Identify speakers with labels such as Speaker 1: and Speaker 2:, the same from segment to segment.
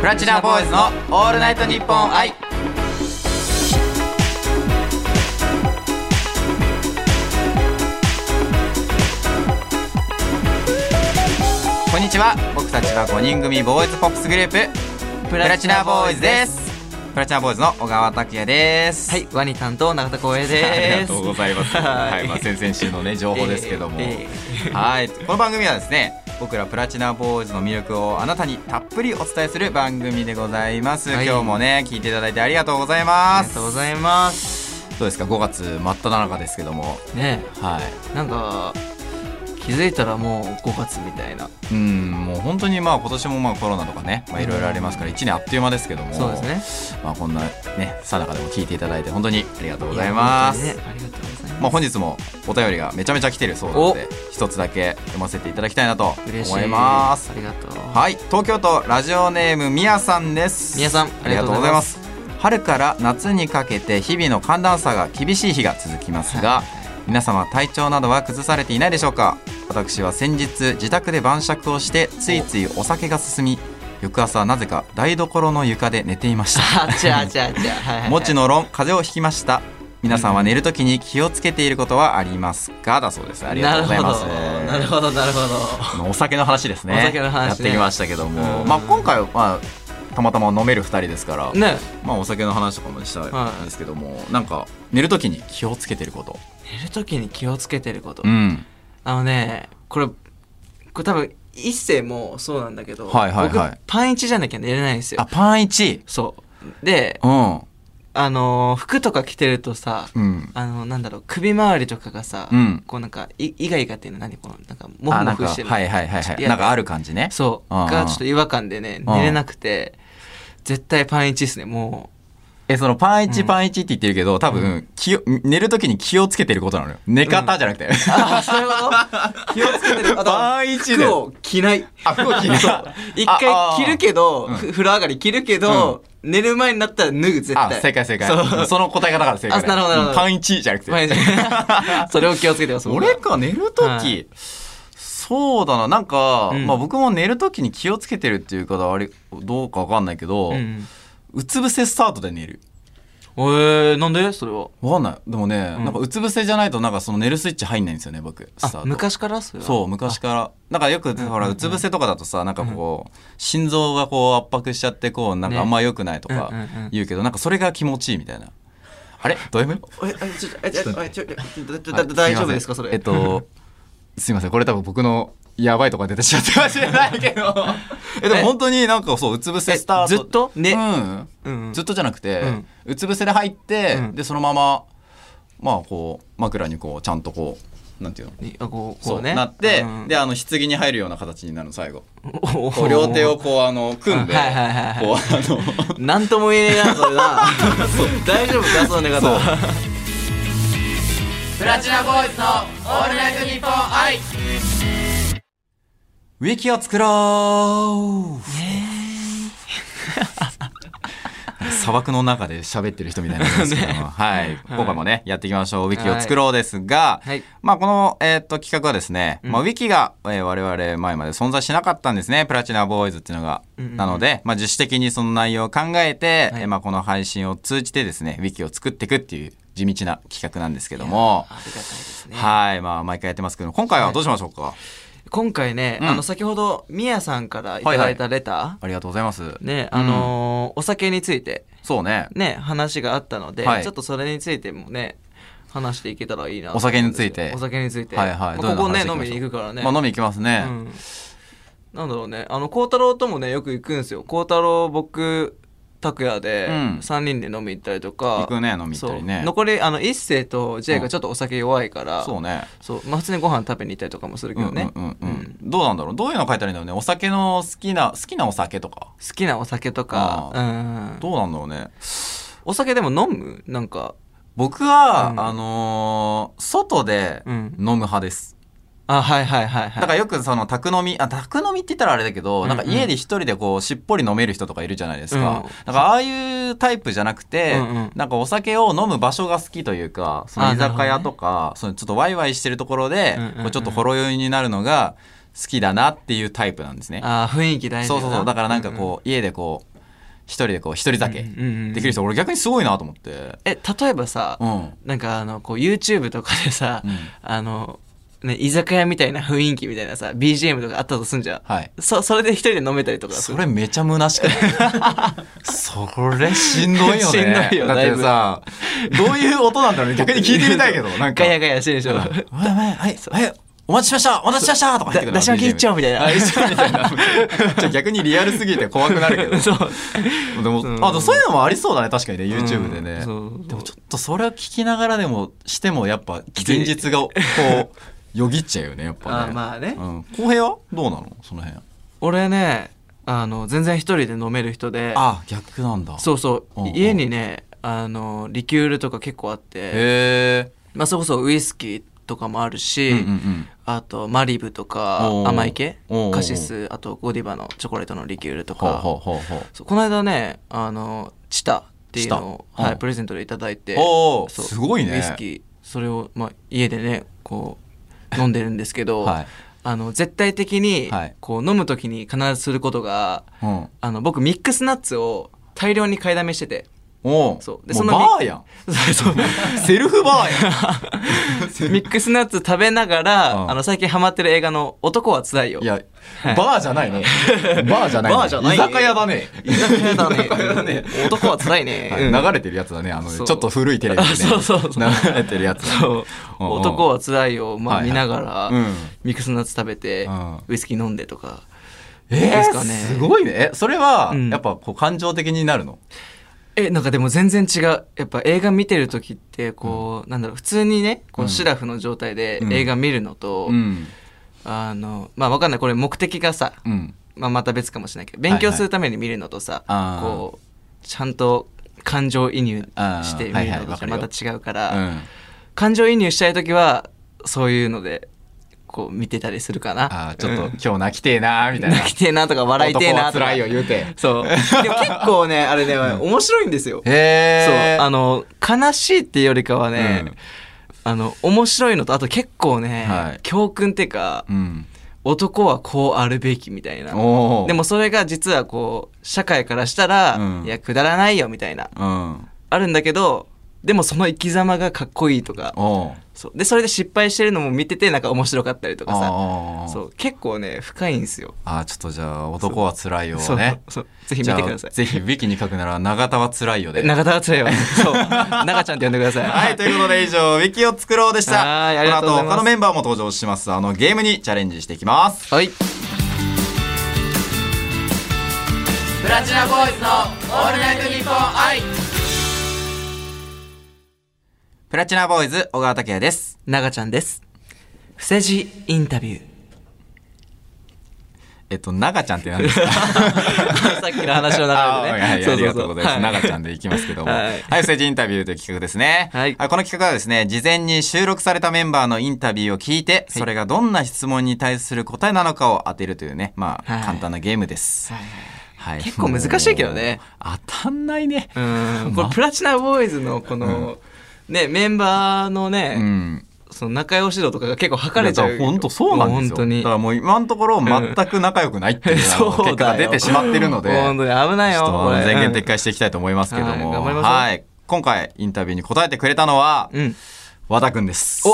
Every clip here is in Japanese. Speaker 1: プラチナボーイズのオールナイトニッポン愛こんにちは僕たちは5人組ボーイズポップスグループプラチナボーイズですプラチナボーイズの小川拓也です
Speaker 2: はい、ワニ担当永田光栄です。
Speaker 1: ありがとうございます。
Speaker 2: はい
Speaker 1: はい、まあ先々週のね情報ですけども、
Speaker 2: ええ
Speaker 1: はい、この番組はですね、僕らプラチナボーイズの魅力をあなたにたっぷりお伝えする番組でございます。
Speaker 2: はい
Speaker 1: 今日もね聞いていただいてありがとうございま
Speaker 2: あり
Speaker 1: す。
Speaker 2: がとうご
Speaker 1: い
Speaker 2: ざいます。
Speaker 1: ます。どうですか、5月真っ只中ですけども、
Speaker 2: ね
Speaker 1: はい、
Speaker 2: え、なんか気づいたらもう5月みたいな。
Speaker 1: うん、もう本当にまあ今年もまあコロナとかね、まあいろいろありますから1年あっという間ですけども、
Speaker 2: そうですね。
Speaker 1: まあこんなねさなかでも聞いていただいて本当にありがとうございます。
Speaker 2: や本当にねありがとうございます。
Speaker 1: まあ、本日もお便りがめちゃめちゃ来てるそうなので一つだけ読ませていただきたいなと
Speaker 2: 嬉しい
Speaker 1: 思います
Speaker 2: ありがとう。
Speaker 1: はい東京都ラジオネームみやさんです
Speaker 2: みやさん
Speaker 1: ありがとうございます春から夏にかけて日々の寒暖差が厳しい日が続きますが皆様体調などは崩されていないでしょうか私は先日自宅で晩酌をしてついついお酒が進み翌朝なぜか台所の床で寝ていました
Speaker 2: あちゃあちゃあちゃ。はいはい
Speaker 1: もちのろん風邪をひきました皆さんは寝るときに気をつけていることはありますかだそうですありがとうございます
Speaker 2: なるほどなるほどなるほ
Speaker 1: あのお酒の話ですね
Speaker 2: お酒の話ね
Speaker 1: やってきましたけども、
Speaker 2: うん
Speaker 1: まあ、今回は、まあ、たまたま飲める2人ですから、
Speaker 2: ど。ね
Speaker 1: まあ、お酒の話とかもしたんですけども、なんか寝るときに気をつけてること
Speaker 2: え、寝るときに気をつけてること。
Speaker 1: ん
Speaker 2: あのね、これこれ多分一世もそうなんだけど、
Speaker 1: はいはいはい
Speaker 2: 僕パン一じゃなきゃ寝れないんです
Speaker 1: あ
Speaker 2: よ。
Speaker 1: パン1
Speaker 2: そう。で、
Speaker 1: うん
Speaker 2: あのー服とか着てるとさ、
Speaker 1: うん
Speaker 2: あのなんだろう首周りとかがさ、
Speaker 1: うん
Speaker 2: こうなんかいイガイガっていうの何このなんかモ
Speaker 1: あ
Speaker 2: フ
Speaker 1: な
Speaker 2: モ
Speaker 1: んか
Speaker 2: フし
Speaker 1: はい
Speaker 2: てる
Speaker 1: はいはいはい
Speaker 2: いや
Speaker 1: なんかある感じね
Speaker 2: そう
Speaker 1: うんうん
Speaker 2: がちょっと違和感でね
Speaker 1: うん
Speaker 2: 寝れなくて絶対パンイチです ねも
Speaker 1: えそのパン1、
Speaker 2: うん
Speaker 1: パン1って言ってるけど多分、気を寝るときに気をつけてることなのよ寝方じゃなくて、
Speaker 2: うああそういうこと気をつけてるあと
Speaker 1: パンイチで
Speaker 2: 服を着ない
Speaker 1: あ服を着ない
Speaker 2: そう一
Speaker 1: ああ
Speaker 2: 回着るけど、
Speaker 1: うん
Speaker 2: ふ風呂上がり着るけど、寝る前になったら脱ぐ絶
Speaker 1: あ
Speaker 2: 対
Speaker 1: 正解正解
Speaker 2: そう
Speaker 1: その答え方から正解
Speaker 2: あなるほどなるほど
Speaker 1: パン1じゃなくて
Speaker 2: パン イチそれを気をつけてます僕は
Speaker 1: 俺か寝る時、
Speaker 2: はい
Speaker 1: そうだななんか、
Speaker 2: うん
Speaker 1: まあ、僕も寝る時に気をつけてるっていう方あれどうかわかんないけど、
Speaker 2: う
Speaker 1: うんつ伏せスタートで寝る
Speaker 2: えー、なんでそれは
Speaker 1: わかんないでもね、
Speaker 2: うん
Speaker 1: なんかうつ伏せじゃないとなんかその寝るスイッチ入んないんですよね僕スター
Speaker 2: あ
Speaker 1: ト
Speaker 2: 昔からそれは
Speaker 1: そう昔からなんかよくほらうつ伏せとかだとさなんかこう心臓がこう圧迫しちゃってこうなんかあんま良くないとか
Speaker 2: ねうんうんうん
Speaker 1: 言うけどなんかそれが気持ちいいみたいなあれド M?
Speaker 2: え、えちょ、え、ちょ、え、ちょ、えちょ
Speaker 1: は
Speaker 2: だ
Speaker 1: い
Speaker 2: だ大丈夫ですか、そ
Speaker 1: いま
Speaker 2: れ。
Speaker 1: せんえっ。と、すいません、これ多分僕のやばいとこが出てしまってかも し れないけど。え、でも
Speaker 2: え
Speaker 1: 本当になんかそう、うつ伏せスタート。
Speaker 2: えずっとね
Speaker 1: うん。
Speaker 2: うん
Speaker 1: ずっとじゃなくて、
Speaker 2: うん
Speaker 1: うつ伏せで入って、
Speaker 2: うん
Speaker 1: で、そのまま、まあこう、枕にこう、ちゃんとこう、なんていうの
Speaker 2: にあ、こう、
Speaker 1: そ
Speaker 2: こ
Speaker 1: う
Speaker 2: うね。
Speaker 1: なって、
Speaker 2: うん
Speaker 1: で、あの、棺に入るような形になるの、最後。
Speaker 2: おお
Speaker 1: こう両手をこう、あの、組んで、こう、
Speaker 2: はいはい
Speaker 1: あ
Speaker 2: はいはい
Speaker 1: の、
Speaker 2: なんとも言えねえな、それな。大丈夫か、その寝
Speaker 1: そ
Speaker 2: 方
Speaker 1: う。
Speaker 2: プラチナボーイズのオールナイトニッポン愛。
Speaker 1: ウィキを作ろう 砂漠の中で喋ってる人みたいなんですけども、はい、今回もね、やっていきましょう。ウィキを作ろうですが、
Speaker 2: はい
Speaker 1: まあこの、えーっと企画はですね、
Speaker 2: うん
Speaker 1: まあウィキが、えー我々前まで存在しなかったんですね、プラチナボーイズっていうのが。
Speaker 2: うんうんうん
Speaker 1: なので、まあ自主的にその内容を考えて、
Speaker 2: はい
Speaker 1: えーまあこの配信を通じてですね、ウィキを作っていくっていう地道な企画なんですけども、
Speaker 2: ありがたいですね。
Speaker 1: はい、まあ毎回やってますけど、今回はどうしましょうか、
Speaker 2: 今回ね、
Speaker 1: うん
Speaker 2: あの、先ほど、みやさんからいただいたレ
Speaker 1: あ
Speaker 2: タ
Speaker 1: りがとうございます。
Speaker 2: ー。ね、あのー、お酒について。
Speaker 1: そうね。
Speaker 2: ね、話があったので、
Speaker 1: はい
Speaker 2: ちょっとそれについてもね話していけたらいいなと
Speaker 1: お酒について
Speaker 2: 思うんですよお酒について、
Speaker 1: はいはい
Speaker 2: まあ、ここね
Speaker 1: どんな話
Speaker 2: 飲み
Speaker 1: して
Speaker 2: に
Speaker 1: いきましょう
Speaker 2: 行くからね、
Speaker 1: まあ飲み行きますね。
Speaker 2: うん、なんだろうねあの孝太郎ともねよく行くんですよ孝太郎僕拓也で
Speaker 1: うん
Speaker 2: 3人で飲み行ったりとか、
Speaker 1: 行くね飲み行ったりね
Speaker 2: そう残りあの一星と J がちょっとお酒弱いから、
Speaker 1: そうね。
Speaker 2: そうまあ、普通にご飯食べに行ったりとかもするけ
Speaker 1: うんう
Speaker 2: ど
Speaker 1: ん
Speaker 2: ね、
Speaker 1: うんう
Speaker 2: うん
Speaker 1: ん。どうなんだろう。どういうの書いたらいいんだろうね。お酒の好きな好きなお酒とか。
Speaker 2: 好きなお酒とか
Speaker 1: あ
Speaker 2: うん
Speaker 1: どうなんだろうね。
Speaker 2: お酒でも飲むなんか
Speaker 1: 僕は、
Speaker 2: うん
Speaker 1: あのー外で
Speaker 2: うん
Speaker 1: 飲む派です。
Speaker 2: あはいはいはいは
Speaker 1: だ
Speaker 2: い
Speaker 1: からよくその宅飲みあ宅飲みって言ったらあれだけど、
Speaker 2: うんうん
Speaker 1: なんか家で一人でこうしっぽり飲める人とかいるじゃないですか。
Speaker 2: うん
Speaker 1: だからああいうタイプじゃなくて、
Speaker 2: うんうん
Speaker 1: なんかお酒を飲む場所が好きというか、その
Speaker 2: あ
Speaker 1: 居
Speaker 2: なる
Speaker 1: 酒
Speaker 2: ほどね
Speaker 1: 屋とか、そのちょっとワイワイしてるところで、
Speaker 2: うんうんう
Speaker 1: こ
Speaker 2: ん
Speaker 1: うちょっとほろ酔いになるのが好きだなっていうタイプなんですね。
Speaker 2: あー雰囲気大事
Speaker 1: そう
Speaker 2: だな
Speaker 1: そうそうだからなんかこう、家でこう一人でこう一人酒
Speaker 2: うんうんうん
Speaker 1: できる人俺逆にすごいなと思って
Speaker 2: え例えばさ、
Speaker 1: うん
Speaker 2: なんかあのこう YouTube とかでさ、
Speaker 1: うん
Speaker 2: あのね居酒屋みたいな雰囲気みたいなさ BGM とかあったとすんじゃん、
Speaker 1: はい
Speaker 2: そそれで一人で飲めたりとかす
Speaker 1: そ
Speaker 2: る
Speaker 1: れめちゃ虚しくない それしんどいよね
Speaker 2: しんどいよ
Speaker 1: だってさどういう音なんだろうね逆に聞いてみたいけど なんか
Speaker 2: ガヤガヤしてるでしょ
Speaker 1: うんおいおいはいはいお待ちしましたお待たせしましたとか言ってくる
Speaker 2: だ出し巻き一丁みたいな
Speaker 1: あ一丁みた いなじゃあ逆にリアルすぎて怖くなるけど
Speaker 2: そう
Speaker 1: でも、
Speaker 2: うん
Speaker 1: あでもそういうのもありそうだね確かにね YouTube でね、
Speaker 2: そう
Speaker 1: でもちょっとそれを聞きながらでもしてもやっぱ
Speaker 2: つい
Speaker 1: 現実がこ うよぎっちゃうよねやっぱ
Speaker 2: あ
Speaker 1: ね
Speaker 2: まあね、
Speaker 1: うん、浩平はどうなのその辺
Speaker 2: 俺ねあの全然一人で飲める人で
Speaker 1: あ逆なんだ
Speaker 2: そうそう、
Speaker 1: うんうん
Speaker 2: 家にねあのリキュールとか結構あって、
Speaker 1: へえ
Speaker 2: まあ、それこそウイスキーとかもあるし、
Speaker 1: うんうんうん
Speaker 2: あとマリブとか
Speaker 1: おうおう
Speaker 2: 甘い系
Speaker 1: おうおうおう
Speaker 2: カシスあとゴディバのチョコレートのリキュールと
Speaker 1: ほう
Speaker 2: か
Speaker 1: ほうほうほう
Speaker 2: そうこの間ねあのチタっていうの
Speaker 1: チ
Speaker 2: を、
Speaker 1: タ
Speaker 2: は
Speaker 1: うん
Speaker 2: い、プレゼントでいただいて
Speaker 1: おー
Speaker 2: そう
Speaker 1: すごいね
Speaker 2: ウイスキーそれを、まあ、家でねこう飲んでるんですけど、
Speaker 1: はい
Speaker 2: あの絶対的に、
Speaker 1: はい
Speaker 2: こう飲む時に必ずすることが
Speaker 1: うん
Speaker 2: あの僕ミックスナッツを大量に買いだめし てて
Speaker 1: おう
Speaker 2: そう
Speaker 1: で
Speaker 2: で
Speaker 1: そ
Speaker 2: そ
Speaker 1: の
Speaker 2: の
Speaker 1: バーやん
Speaker 2: そう
Speaker 1: セルフバー
Speaker 2: ミックスナッツ食べながら、
Speaker 1: うん
Speaker 2: あの最近ハマってる映画の「男はつらいよ」
Speaker 1: やんいやバーじゃない ねバーじゃないね
Speaker 2: バーじゃないね
Speaker 1: 居酒屋だね
Speaker 2: 居酒屋だね
Speaker 1: 居酒屋だ ね
Speaker 2: 男はつらいね、うん
Speaker 1: 流れてるやつだねあのち
Speaker 2: そ
Speaker 1: ょっ
Speaker 2: う
Speaker 1: と古いテレビでね
Speaker 2: あそうそうそう
Speaker 1: 流れてるやつだね
Speaker 2: そう
Speaker 1: うんうん
Speaker 2: 男はつらいよ」ま
Speaker 1: はい
Speaker 2: あ
Speaker 1: はい
Speaker 2: 見ながら
Speaker 1: うん
Speaker 2: ミックスナッツ食べて
Speaker 1: うん
Speaker 2: ウイスキー飲んでとか
Speaker 1: え
Speaker 2: です
Speaker 1: ー
Speaker 2: かね
Speaker 1: すごいねえそれは
Speaker 2: うん
Speaker 1: やっぱこう感情的になるの
Speaker 2: えなんかでも全然違うやっぱ映画見てる時ってこう、なんだろう普通にねこ
Speaker 1: う
Speaker 2: うんシラフの状態で
Speaker 1: うん
Speaker 2: 映画見るのと、
Speaker 1: うん
Speaker 2: あのまあわかんないこれ目的がさ、
Speaker 1: うん
Speaker 2: まあ、また別かもしれないけど勉強するために見るのとさ、
Speaker 1: あー
Speaker 2: こうちゃんと感情移入して見
Speaker 1: あーはいは
Speaker 2: る
Speaker 1: いわ
Speaker 2: の
Speaker 1: か
Speaker 2: と
Speaker 1: るよ
Speaker 2: また違うか
Speaker 1: う
Speaker 2: ら、
Speaker 1: ん
Speaker 2: 感情移入したい時はそういうのでこう見てたりするかな
Speaker 1: あーちょっと
Speaker 2: うん
Speaker 1: 今日泣きてえなーみたいな
Speaker 2: 泣きてえなとか 笑いてえな
Speaker 1: 男
Speaker 2: と
Speaker 1: は辛
Speaker 2: か
Speaker 1: いよ言うて
Speaker 2: そうでも結構ねあれね面白いんですよ
Speaker 1: へ
Speaker 2: そう
Speaker 1: え
Speaker 2: あの悲しいっていうよりかはね、
Speaker 1: うん
Speaker 2: あの面白いのとあと結構ね、
Speaker 1: はい
Speaker 2: 教訓っていうか
Speaker 1: うん
Speaker 2: 男はこうあるべきみたいな
Speaker 1: おー
Speaker 2: でもそれが実はこう社会からしたら、
Speaker 1: うん
Speaker 2: いやくだらないよみたいな
Speaker 1: うん
Speaker 2: あるんだけどでもその生き様がかっこいいとか
Speaker 1: お
Speaker 2: そうでそれで失敗してるのも見ててなんか面白かったりとかさ
Speaker 1: あ
Speaker 2: そうう結構ね深いんですよ。
Speaker 1: あーちょっとじゃあ男は辛いよ
Speaker 2: そ
Speaker 1: を
Speaker 2: う
Speaker 1: ね
Speaker 2: そうぜひ見てくだ
Speaker 1: じ
Speaker 2: さ
Speaker 1: ゃあぜひウィキに書くなら永田は辛いよで
Speaker 2: い。長田はつらい わ。そう長ちゃんって呼んでください。
Speaker 1: はい、ということで以上、ウィキを作ろうでした。
Speaker 2: はいありがとうございま
Speaker 1: この後、他
Speaker 2: す
Speaker 1: のメンバーも登場します。あの、ゲームにチャレンジしていきます。
Speaker 2: はい。
Speaker 1: プラチナボーイズのオールナイトニッポン愛。プラチナボーイズ、小川拓也です。
Speaker 2: 長ちゃんです。伏せ字インタビ ュー。
Speaker 1: えっと、長ちゃんって何ですか
Speaker 2: さっきの話の
Speaker 1: あー
Speaker 2: 中で
Speaker 1: はい
Speaker 2: ね。
Speaker 1: はいありがとうございます。
Speaker 2: は
Speaker 1: 長ちゃんでいきますけども。
Speaker 2: はい
Speaker 1: はい、政治インタビューという企画ですね。
Speaker 2: はい
Speaker 1: あこの企画はですね、事前に収録されたメンバーのインタビューを聞いて、それがどんな質問に対する答えなのかを当てるというね、まあ、
Speaker 2: はい
Speaker 1: 簡単なゲームです。
Speaker 2: はい
Speaker 1: はい
Speaker 2: 結構難しいけどね。
Speaker 1: もう当たんないね。
Speaker 2: うんこれプラチナボーイズのこの、ねメンバーのね、
Speaker 1: うん。
Speaker 2: その仲良し度とかが結構測れちゃう
Speaker 1: 本当そうなんですよ。
Speaker 2: 本当に
Speaker 1: だからもう今のところ全く仲良くないっていう、
Speaker 2: うんそうだよ
Speaker 1: 結果が出てしまってるので、
Speaker 2: 本当に危ない
Speaker 1: ちょ
Speaker 2: よ
Speaker 1: っと
Speaker 2: これ
Speaker 1: 全言撤回していきたいと思いますけども、
Speaker 2: はい頑張りましょう
Speaker 1: はい今回インタビューに答えてくれたのは、
Speaker 2: うん
Speaker 1: 和田くんです。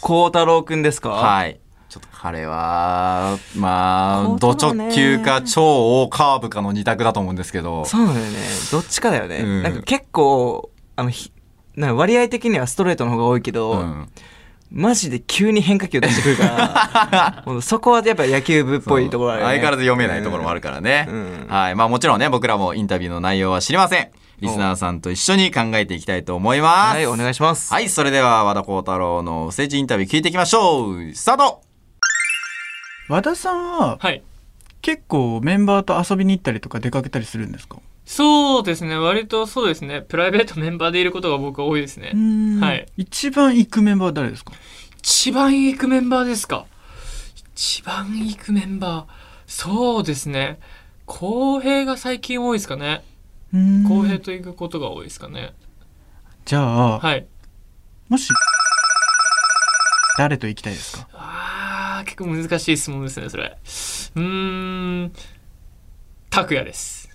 Speaker 2: お孝太郎くんですか
Speaker 1: はい。ちょっと彼は、まあ、ド
Speaker 2: 本当
Speaker 1: 直
Speaker 2: だね
Speaker 1: 球か超大カーブかの二択だと思うんですけど、
Speaker 2: そうだよねどっちかだよね、
Speaker 1: うん
Speaker 2: なんか結構あのひなんか割合的にはストレートの方が多いけど、
Speaker 1: うん
Speaker 2: マジで急に変化球出してくるから もうそこはやっぱ野球部っぽいところあるよね
Speaker 1: 相変わらず読めないところもあるからね、
Speaker 2: うん
Speaker 1: はいまあもちろんね僕らもインタビューの内容は知りませんリスナーさんと一緒に考えていきたいと思います
Speaker 2: はいお願いします、
Speaker 1: はいそれでは和田幸太郎の政治インタビュー聞いていきましょうスタート
Speaker 3: 和田さんは
Speaker 4: はい。
Speaker 3: 結構メンバーと遊びに行ったりとか出かけたりするんですか
Speaker 4: そうですね。割とそうですね。プライベートメンバーでいることが僕は多いですね。はい
Speaker 3: 一番行くメンバーは誰ですか
Speaker 4: 一番行くメンバーですか一番行くメンバー。そうですね。公平が最近多いですかね。公平と行くことが多いですかね。
Speaker 3: じゃあ、
Speaker 4: はい。
Speaker 3: もし誰と行きたいですか
Speaker 4: あー、結構難しい質問ですね、それ。うーん。拓也です。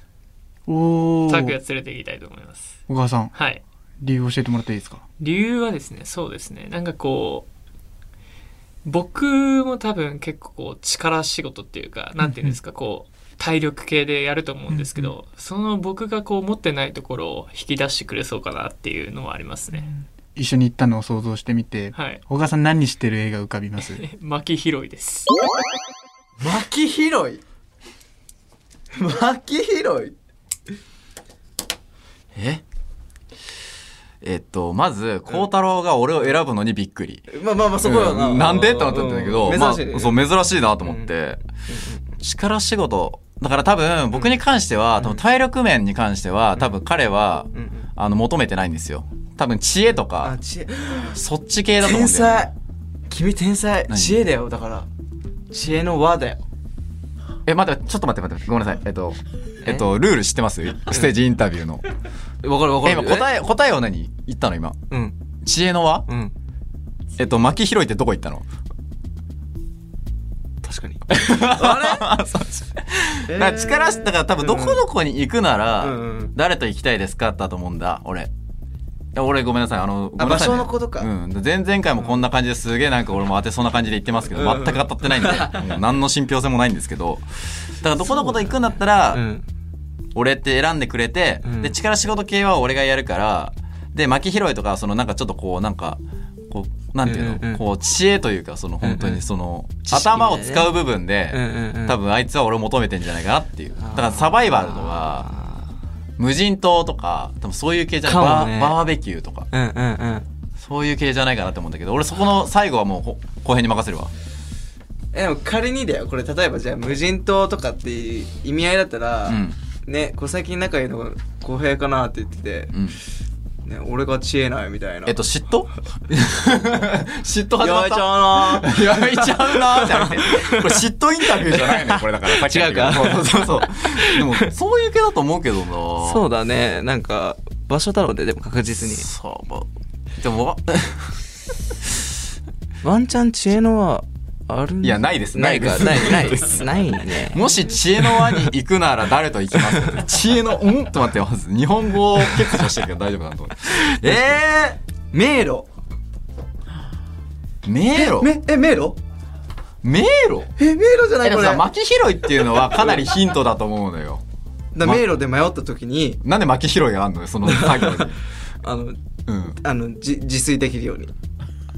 Speaker 3: おお。
Speaker 4: 拓也連れて行きたいと思います。
Speaker 3: 小川さん、
Speaker 4: はい。
Speaker 3: 理由教えてもらっていいですか
Speaker 4: 理由はですね、そうですね。なんかこう、僕も多分結構こう力仕事っていうか、なんていうんですか、こう、体力系でやると思うんですけど、その僕がこう持ってないところを引き出してくれそうかなっていうのはありますね。
Speaker 3: 一緒に行ったのを想像してみて、
Speaker 4: はい。
Speaker 3: 小川さん何してる映画浮かび ます
Speaker 4: 巻き拾いです。
Speaker 2: 巻き拾い巻き拾い
Speaker 1: ええっとまず孝太郎が俺を選ぶのにびっくり、
Speaker 2: まあまあまあそこよな、
Speaker 1: うんんでってなったんだけど、
Speaker 2: うん
Speaker 1: まあ、
Speaker 2: 珍しいね、
Speaker 1: そう珍しいなと思って、
Speaker 2: う
Speaker 1: 力仕事だから多分僕に関しては、多分体力面に関しては多分彼は、
Speaker 2: うんうん
Speaker 1: あの求めてないんですよ多分知恵と
Speaker 2: あ
Speaker 1: か
Speaker 2: 知恵
Speaker 1: そっち系だと思うん
Speaker 2: 天
Speaker 1: だよね
Speaker 2: 才君天才
Speaker 1: 何
Speaker 2: 知恵だよだから知恵の輪だよ
Speaker 1: え待ってちょっと待って待ってごめんなさいえっとえっとルール知ってますステージインタビューの
Speaker 2: わかるわ
Speaker 1: え今
Speaker 2: え
Speaker 1: 答え答えを何言ったの今
Speaker 2: うん
Speaker 1: 知恵の輪
Speaker 2: うん
Speaker 1: えっと巻き拾いってどこ行ったの
Speaker 2: 確かに
Speaker 1: あれだから力しだから多分どこどこに行くなら、
Speaker 2: うんうん
Speaker 1: 誰と行きたいですかだと思うんだ俺いや俺ごめんなさいあのごめんなさい
Speaker 2: 場所のことか
Speaker 1: うん、前々回もこんな感じですげえなんか俺も当てそうな感じで言ってますけど、
Speaker 2: うんうん
Speaker 1: 全く当たってないんで、もう何の信憑性もないんですけどだからどこどこと行くんだったら、
Speaker 2: うん
Speaker 1: 俺って選んでくれて、
Speaker 2: うん
Speaker 1: で力仕事系は俺がやるからで巻き拾いとかそのなんかちょっとこうなんかこうなんていうの、
Speaker 2: うんうんうん
Speaker 1: こう知恵というかその本当にその、頭を使う部分で、
Speaker 2: うんうんうん
Speaker 1: 多分あいつは俺を求めてんじゃないかなっていうだからサバイバルとか
Speaker 2: あ
Speaker 1: 無人島とか多分そういう系じゃない
Speaker 2: か
Speaker 1: バ
Speaker 2: もね
Speaker 1: ーバーベキューとか
Speaker 2: ーうんうんうん
Speaker 1: そういう系じゃないかなって思うんだけど俺そこの最後はもうこ後編に任せるわ
Speaker 2: えでも仮にだよこれ例えばじゃあ無人島とかっていう意味合いだったら、
Speaker 1: うん
Speaker 2: ねこう最近仲いいのが浩平かなって言ってて
Speaker 1: う、ん
Speaker 2: ね、俺が知恵ないみたいな
Speaker 1: えっと嫉 妬嫉妬始まっ
Speaker 2: やめち
Speaker 1: た
Speaker 2: ゃうな
Speaker 1: やめちゃうなーじゃなくてこれ嫉妬インタビューじゃないねこれだから
Speaker 2: 違うか
Speaker 1: そうそうそうでもそういう系だと思うけどなそ
Speaker 2: そうだねなんか場所だろうねでも確実に
Speaker 1: そうまあでもわ
Speaker 2: ワンチャン知恵のはあるん
Speaker 1: いやないです
Speaker 2: ない
Speaker 1: な
Speaker 2: か
Speaker 1: いです
Speaker 2: ないないないね
Speaker 1: もし知恵の輪に行くなら誰と行きますか知恵の、うんと待ってます。日本語を結構してるけど大丈夫かなと思って。え
Speaker 2: 迷路
Speaker 1: ー、迷路
Speaker 2: めえ迷路
Speaker 1: 迷路
Speaker 2: え迷路じゃな
Speaker 1: え
Speaker 2: い
Speaker 1: でも
Speaker 2: これ
Speaker 1: さ、巻き拾いっていうのはかなりヒントだと思うのよ。
Speaker 2: だ迷路で迷った時に
Speaker 1: なんで巻き拾いがあんのよ、その作業に。
Speaker 2: あの
Speaker 1: うん。
Speaker 2: あのじ自炊できるように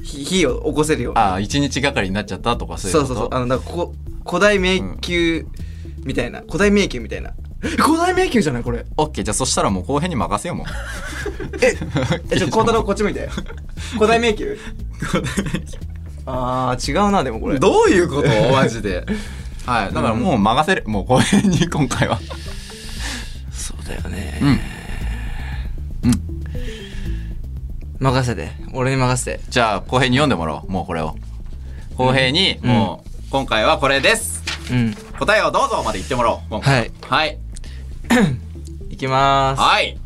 Speaker 2: ひ火を起こせるように
Speaker 1: ああ、一日がかりになっちゃったとかそういう
Speaker 2: そ
Speaker 1: こと
Speaker 2: うそうそうあのなんかこ古代迷宮みたいな、古代迷宮みたいなえ古代迷宮じゃないこれ
Speaker 1: オッケー、じゃあそしたらもう後編に任せようもん。
Speaker 2: えちょ孝太郎こっち向いて古代迷宮あー違うなでもこれ
Speaker 1: どういうことマジで。はい。だからもう任せる。もう後編に 今回は。
Speaker 2: そうだよね
Speaker 1: うん
Speaker 2: 任せて俺に任せて
Speaker 1: じゃあ公平に読んでもらおうもうこれを公平に
Speaker 2: うん
Speaker 1: もう今回はこれです
Speaker 2: うん
Speaker 1: 答えをどうぞまで言ってもらおう今回
Speaker 2: はい
Speaker 1: はい
Speaker 2: いきまーす
Speaker 1: はい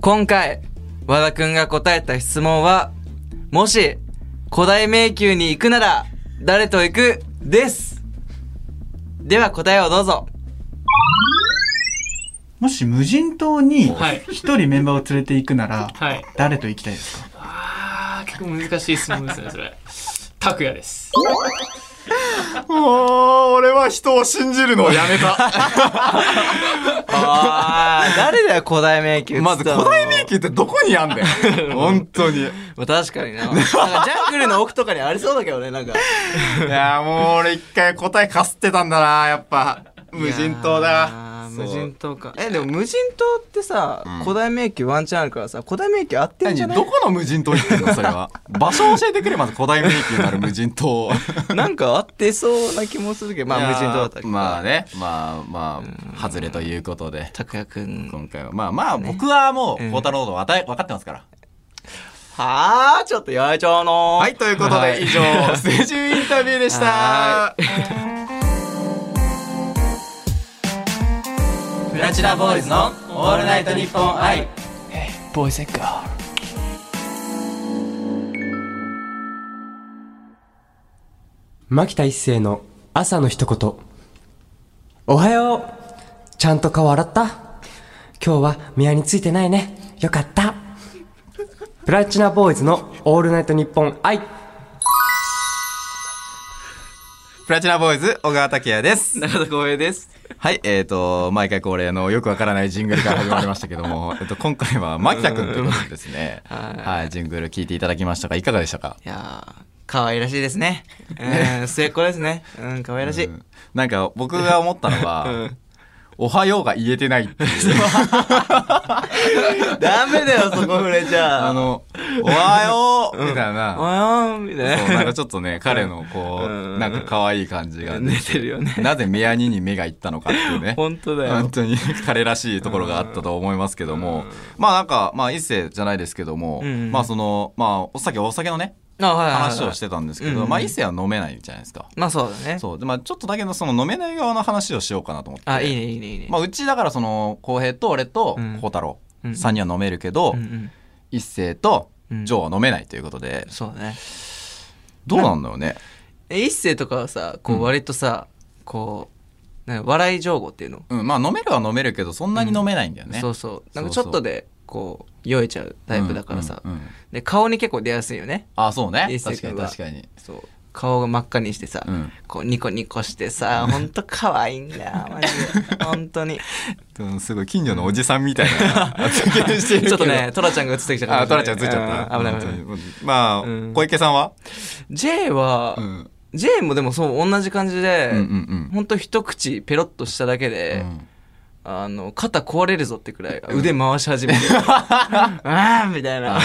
Speaker 2: 今回和田くんが答えた質問はもし古代迷宮に行くなら誰と行くですでは答えをどうぞ
Speaker 3: もし無人島に
Speaker 4: はい
Speaker 3: 一人メンバーを連れて行くなら、
Speaker 4: はい。
Speaker 3: 誰と行きたいですか
Speaker 4: あー、結構難しい質問ですね、それ。拓也です。
Speaker 1: お俺は人を信じるのをやめた
Speaker 2: あー誰だよ古代迷宮っつったの
Speaker 1: まず古代迷宮ってどこにあん だよ本当にい
Speaker 2: まあ確かにななんかジャングルの奥とかにありそうだけどねなんか
Speaker 1: やもう俺一回答えかすってたんだなやっぱ無人島
Speaker 2: あ
Speaker 1: だ
Speaker 2: ー無人島かえでも無人島ってさ、
Speaker 1: ん
Speaker 2: 古代迷宮ワンチャンあるからさ古代迷宮合ってんじゃ
Speaker 1: 何
Speaker 2: ない
Speaker 1: どこの無人島行ってんのそれは場所を教えてくれまず古代迷宮なる無人島
Speaker 2: なんか合ってそうな気もするけどまあ無人島だった
Speaker 1: いやー
Speaker 2: り
Speaker 1: まあねまあまあ外れということで
Speaker 2: 拓也くん
Speaker 1: 今回はまあまあ僕はもう孝太郎のわた分かってますから、
Speaker 2: はあちょっとやいちゃうの
Speaker 1: はいということ
Speaker 2: はい
Speaker 1: で以上「ステージインタビュー」でした
Speaker 2: は
Speaker 1: プラチナボーイズの「オールナイトニッポン愛
Speaker 4: ボーイセッカー。
Speaker 5: 牧田一成の朝の一言おはようちゃんと顔洗った今日は宮についてないね。よかった。プラチナボーイズのオールナイトニッポン愛。
Speaker 1: プラチナボーイズ小川拓也です
Speaker 2: 中田光平です。
Speaker 1: はいえーと毎回恒例のよくわからないジングルから始まりましたけど もえっと今回は牧田君ということでですね
Speaker 2: はい
Speaker 1: はいジングル聞いていただきましたがいかがでしたか
Speaker 2: いやー、可愛らしいですね。うん、末っ子ですね。うん、可愛らしい。
Speaker 1: うんなんか僕が思ったのは、おはようが言えてないっていう
Speaker 2: ダメだよ、そこ触れちゃ。
Speaker 1: あ、の、おはようみたい
Speaker 2: お
Speaker 1: な、
Speaker 2: はようみた
Speaker 1: そうないん
Speaker 2: な
Speaker 1: か。ちょっとね、彼のこ
Speaker 2: う
Speaker 1: う、
Speaker 2: ん
Speaker 1: なんか可愛い感じが、
Speaker 2: 寝てるよね
Speaker 1: なぜメアニに目がいったのかっていうね。
Speaker 2: 本当だ
Speaker 1: 本
Speaker 2: よ。
Speaker 1: 当に 彼らしいところがあったと思いますけども、まあなんか、まあ一世じゃないですけども、
Speaker 2: うん
Speaker 1: まあその、まあお酒お酒のね、
Speaker 2: あ、はいはいはい
Speaker 1: 話をしてたんですけど、
Speaker 2: うん
Speaker 1: まあ一世は飲めないじゃないですか。
Speaker 2: まあそうだね。
Speaker 1: そう。で、まあちょっとだけど、その飲めない側の話をしようかなと思って。
Speaker 2: あ、いいね、いいね、いいね。
Speaker 1: まあうちだからその、浩平と俺と
Speaker 2: うん
Speaker 1: 小太郎
Speaker 2: うん
Speaker 1: さんには飲めるけど、
Speaker 2: うんうん。
Speaker 1: 一世と
Speaker 2: うん
Speaker 1: ジョーは飲めないということで、
Speaker 2: そうだね。
Speaker 1: どうなんだろうね。
Speaker 2: え一世とかはさ、こ
Speaker 1: うん
Speaker 2: う割とさ、こう、なんか笑い上語っていうの
Speaker 1: うん、まあ飲めるは飲めるけど、そんなに飲めないんだよね。
Speaker 2: そううそう。なんかちょっとで、こう、酔えちゃうタイプだからさ
Speaker 1: ん。うんうん
Speaker 2: で、顔に結構出やすいよね。
Speaker 1: あ、そうね。
Speaker 2: 一
Speaker 1: 確
Speaker 2: 世
Speaker 1: かに
Speaker 2: 君は
Speaker 1: 確かに。
Speaker 2: そう。顔が真っ赤にしてさ、
Speaker 1: うん
Speaker 2: こうニコニコしてさ、ほんと可愛いんだよ、マ ジで。ほんとに。
Speaker 1: でもすごい近所のおじさんみたいな発言してるけ
Speaker 2: ち
Speaker 1: ど
Speaker 2: ょっとね、トラちゃんが映ってきちゃった。
Speaker 1: あ、トラちゃんついちゃった。
Speaker 2: うん危な
Speaker 1: 本
Speaker 2: い危な
Speaker 1: 当
Speaker 2: い。
Speaker 1: にまあ、
Speaker 2: うん
Speaker 1: 小池さんは
Speaker 2: J は、
Speaker 1: うん。うん
Speaker 2: J もでもそう、同じ感じで、
Speaker 1: うんうん。
Speaker 2: ほんと一口ペロッとしただけ
Speaker 1: う
Speaker 2: で、
Speaker 1: ん
Speaker 2: あの、肩壊れるぞってくらい、腕回し始 めて。ああみたいな。
Speaker 1: あ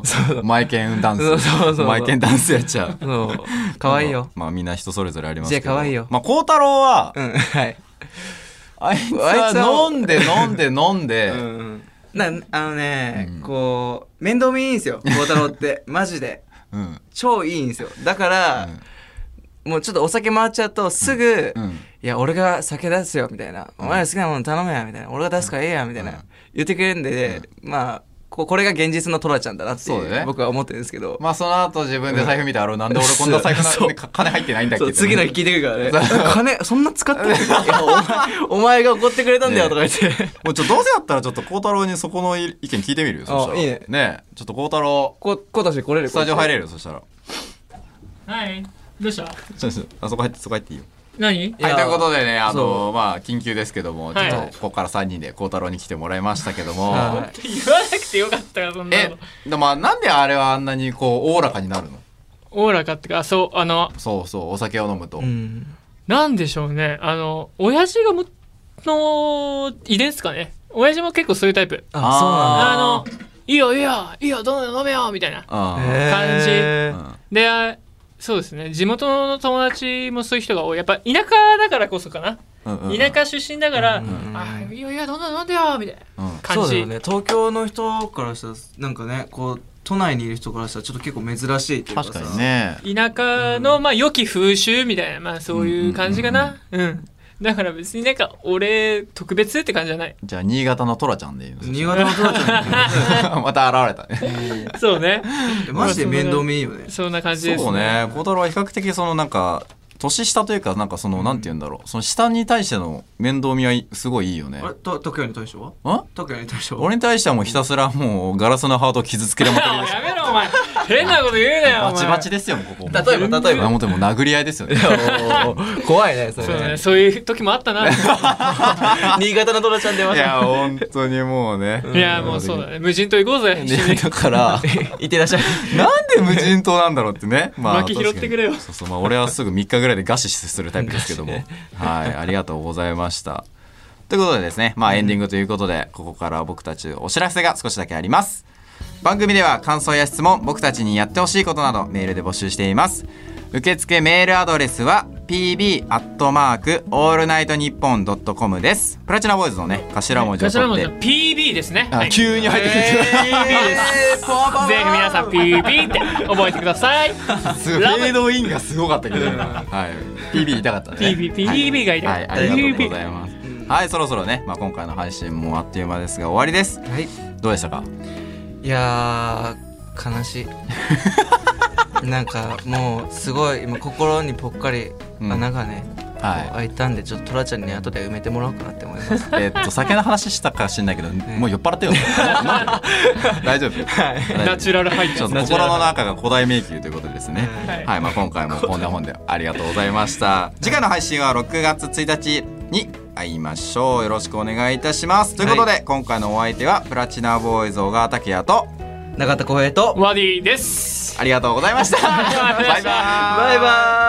Speaker 1: の、マイケンダン
Speaker 2: そうそう
Speaker 1: ス。
Speaker 2: そう
Speaker 1: マイケンダンスやっちゃう。
Speaker 2: そう。可愛いよ。
Speaker 1: まあみんな人それぞれありますけど。
Speaker 2: J 可愛いよ
Speaker 1: まあ、孝太郎は、
Speaker 2: うん、はい。
Speaker 1: あいつ
Speaker 2: あいつ
Speaker 1: は
Speaker 2: は
Speaker 1: 飲んで飲んで飲んで、
Speaker 2: うんなあのね、こう面倒見いいんですよ孝太郎ってマジで
Speaker 1: うん。
Speaker 2: 超いいんですよだから、もうちょっとお酒回っちゃうとすぐ、
Speaker 1: うん
Speaker 2: いや俺が酒出すよみたいな、お前ら好きなもの頼めやみたいな俺が出すからええやみたいな、言ってくれるんで、まあここれが現実のトラちゃんだなってい
Speaker 1: そう
Speaker 2: う
Speaker 1: だね
Speaker 2: 僕は思ってるんですけど、
Speaker 1: まあその後自分で財布見て、あれなんで俺こんな 財布な
Speaker 2: そう
Speaker 1: でか金入ってないんだっ
Speaker 2: そう
Speaker 1: け
Speaker 2: 次の日聞いてくるからね金そんな使ってないいやお前お前が怒ってくれたんだよとか言って、
Speaker 1: もうちょっとどうせだったらちょっと孝太郎にそこの意見聞いてみるよそしたら
Speaker 2: あいいね
Speaker 1: えちょっと孝太郎
Speaker 2: ここう出してこれる
Speaker 1: スタジオ入
Speaker 2: れ
Speaker 1: れるよそしたら
Speaker 4: はい。どうした
Speaker 1: そうそうあそこ入ってそこ入っていいよ
Speaker 4: 何
Speaker 2: や
Speaker 1: はいということでねあ
Speaker 2: そ
Speaker 1: のまあ緊急ですけどもちょ
Speaker 4: はい
Speaker 1: っとここから3人で孝太郎に来てもらいましたけども、
Speaker 2: は
Speaker 4: 言わなくてよかったよ、そんな
Speaker 1: え
Speaker 4: の。
Speaker 1: でもなんであれはあんなにこうおおらかになるの
Speaker 4: オーラかってか、あそう、あの、
Speaker 1: そうそうお酒を飲むと、
Speaker 2: うん
Speaker 4: なんでしょうね。あの、親父がも、の遺伝っすかね。親父も結構そういうタイプ。
Speaker 2: あそうなんだ
Speaker 1: あー
Speaker 4: あの、いいよいいよ、いいよ、どんどん飲めよ、みたいな。
Speaker 1: あー
Speaker 2: 感
Speaker 4: じ
Speaker 1: うん
Speaker 4: で、あそうですね。地元の友達もそういう人が多い。やっぱ田舎だからこそかな。
Speaker 1: うんうんうん
Speaker 4: 田舎出身だから、
Speaker 2: ん
Speaker 4: あいいよいいよ、どんどん飲んでよ、みたいな
Speaker 1: うん
Speaker 4: 感
Speaker 2: そうだ
Speaker 4: じ。
Speaker 2: よね東京の人からしたらなんかねこう都内にいる人からしたらちょっと結構珍しいっていうかさ
Speaker 1: 確かにね
Speaker 4: 田舎の、まあ良き風習みたいなまあそういう感じかなうんだから別になんか俺特別って感じじゃない
Speaker 1: じゃあ新潟のトラちゃんでいいのそし
Speaker 2: 新潟の人だったらね
Speaker 1: たら また現れたね
Speaker 4: そうね
Speaker 2: マジで面倒見いいよね
Speaker 4: そんな感じです
Speaker 1: そうね孝太郎は比較的そのなんか年下というかなんかそのなんて言うんだろうその下に対しての面倒見はいすごいいいよね
Speaker 2: あれと東京に対しては
Speaker 1: ん
Speaker 2: 東京に対しては
Speaker 1: 俺に対してはもうひたすらもうガラスのハートを傷つけるまくり
Speaker 4: お
Speaker 1: で
Speaker 4: い
Speaker 1: す
Speaker 4: やめろお前変なこと言うなよお前
Speaker 1: バチバチですよもうここ
Speaker 2: 例えば例えば
Speaker 1: もうもうでも殴り合いですよ ね
Speaker 2: 怖いねそ
Speaker 4: そうねそういう時もあったない
Speaker 2: 新潟のトラちゃん出ま
Speaker 1: い
Speaker 2: した
Speaker 1: や本当に もう ね
Speaker 4: やもうそうだね無人島行こうぜ一緒
Speaker 1: ね
Speaker 4: に
Speaker 1: だ から
Speaker 2: いってらっしゃい
Speaker 1: なんで無人島なんだろうって ね。ま
Speaker 4: 薪拾ってくれよ
Speaker 1: 確かにそうそう、まあ、俺はすぐ3日ぐらいで餓死するタイプですけど も。はい、ありがとうございました。ということでですね、まあ、エンディングということで、ここから僕たちお知らせが少しだけあります。番組では感想や質問、僕たちにやってほしいことなどメールで募集しています。受付メールアドレスは pb アットマークオールナイトニッポンドットコムです。プラチナボーイズのね頭文字を
Speaker 4: こちら
Speaker 1: 取
Speaker 4: も
Speaker 1: っ
Speaker 4: じゃ
Speaker 1: て
Speaker 4: あ、PB ですね
Speaker 1: あ
Speaker 4: はい
Speaker 1: 急に入ってきて
Speaker 4: えー PB です ぜひ皆さん PB って覚えてく ださい
Speaker 1: すごいフェードインがすごかったけど、はい、PB 痛かったね
Speaker 4: PB PB がいる
Speaker 1: はい、はい、ありがとうございますはいそろそろね、まあ、今回の配信もあっという間ですが終わりです
Speaker 2: はい
Speaker 1: どうでしたか
Speaker 2: いやー悲し いなんかもうすごい今心にぽっかり穴がね、
Speaker 1: いはい
Speaker 2: 開いたんでちょっとトラちゃんに後で埋めてもらおうかなって思います
Speaker 1: えっと酒の話したかしんないけど、もう酔っ払ってよ大丈夫はい
Speaker 4: ナチュラルハイ
Speaker 1: ちょっと
Speaker 4: ナチュラ
Speaker 1: 心
Speaker 4: ル
Speaker 1: の
Speaker 4: ハ
Speaker 1: 中が古代迷宮ということでですね。
Speaker 4: はい
Speaker 1: はい、まあ今回も本で本でありがとうございました。次回の配信は6月1日に会いましょう。よろしくお願いいたします。ということで、今回のお相手はプラチナボーイズ小川拓也と
Speaker 2: 中田浩平と
Speaker 4: イワディで す
Speaker 1: ありがとうございました。バイバーイ。
Speaker 2: バイバーイ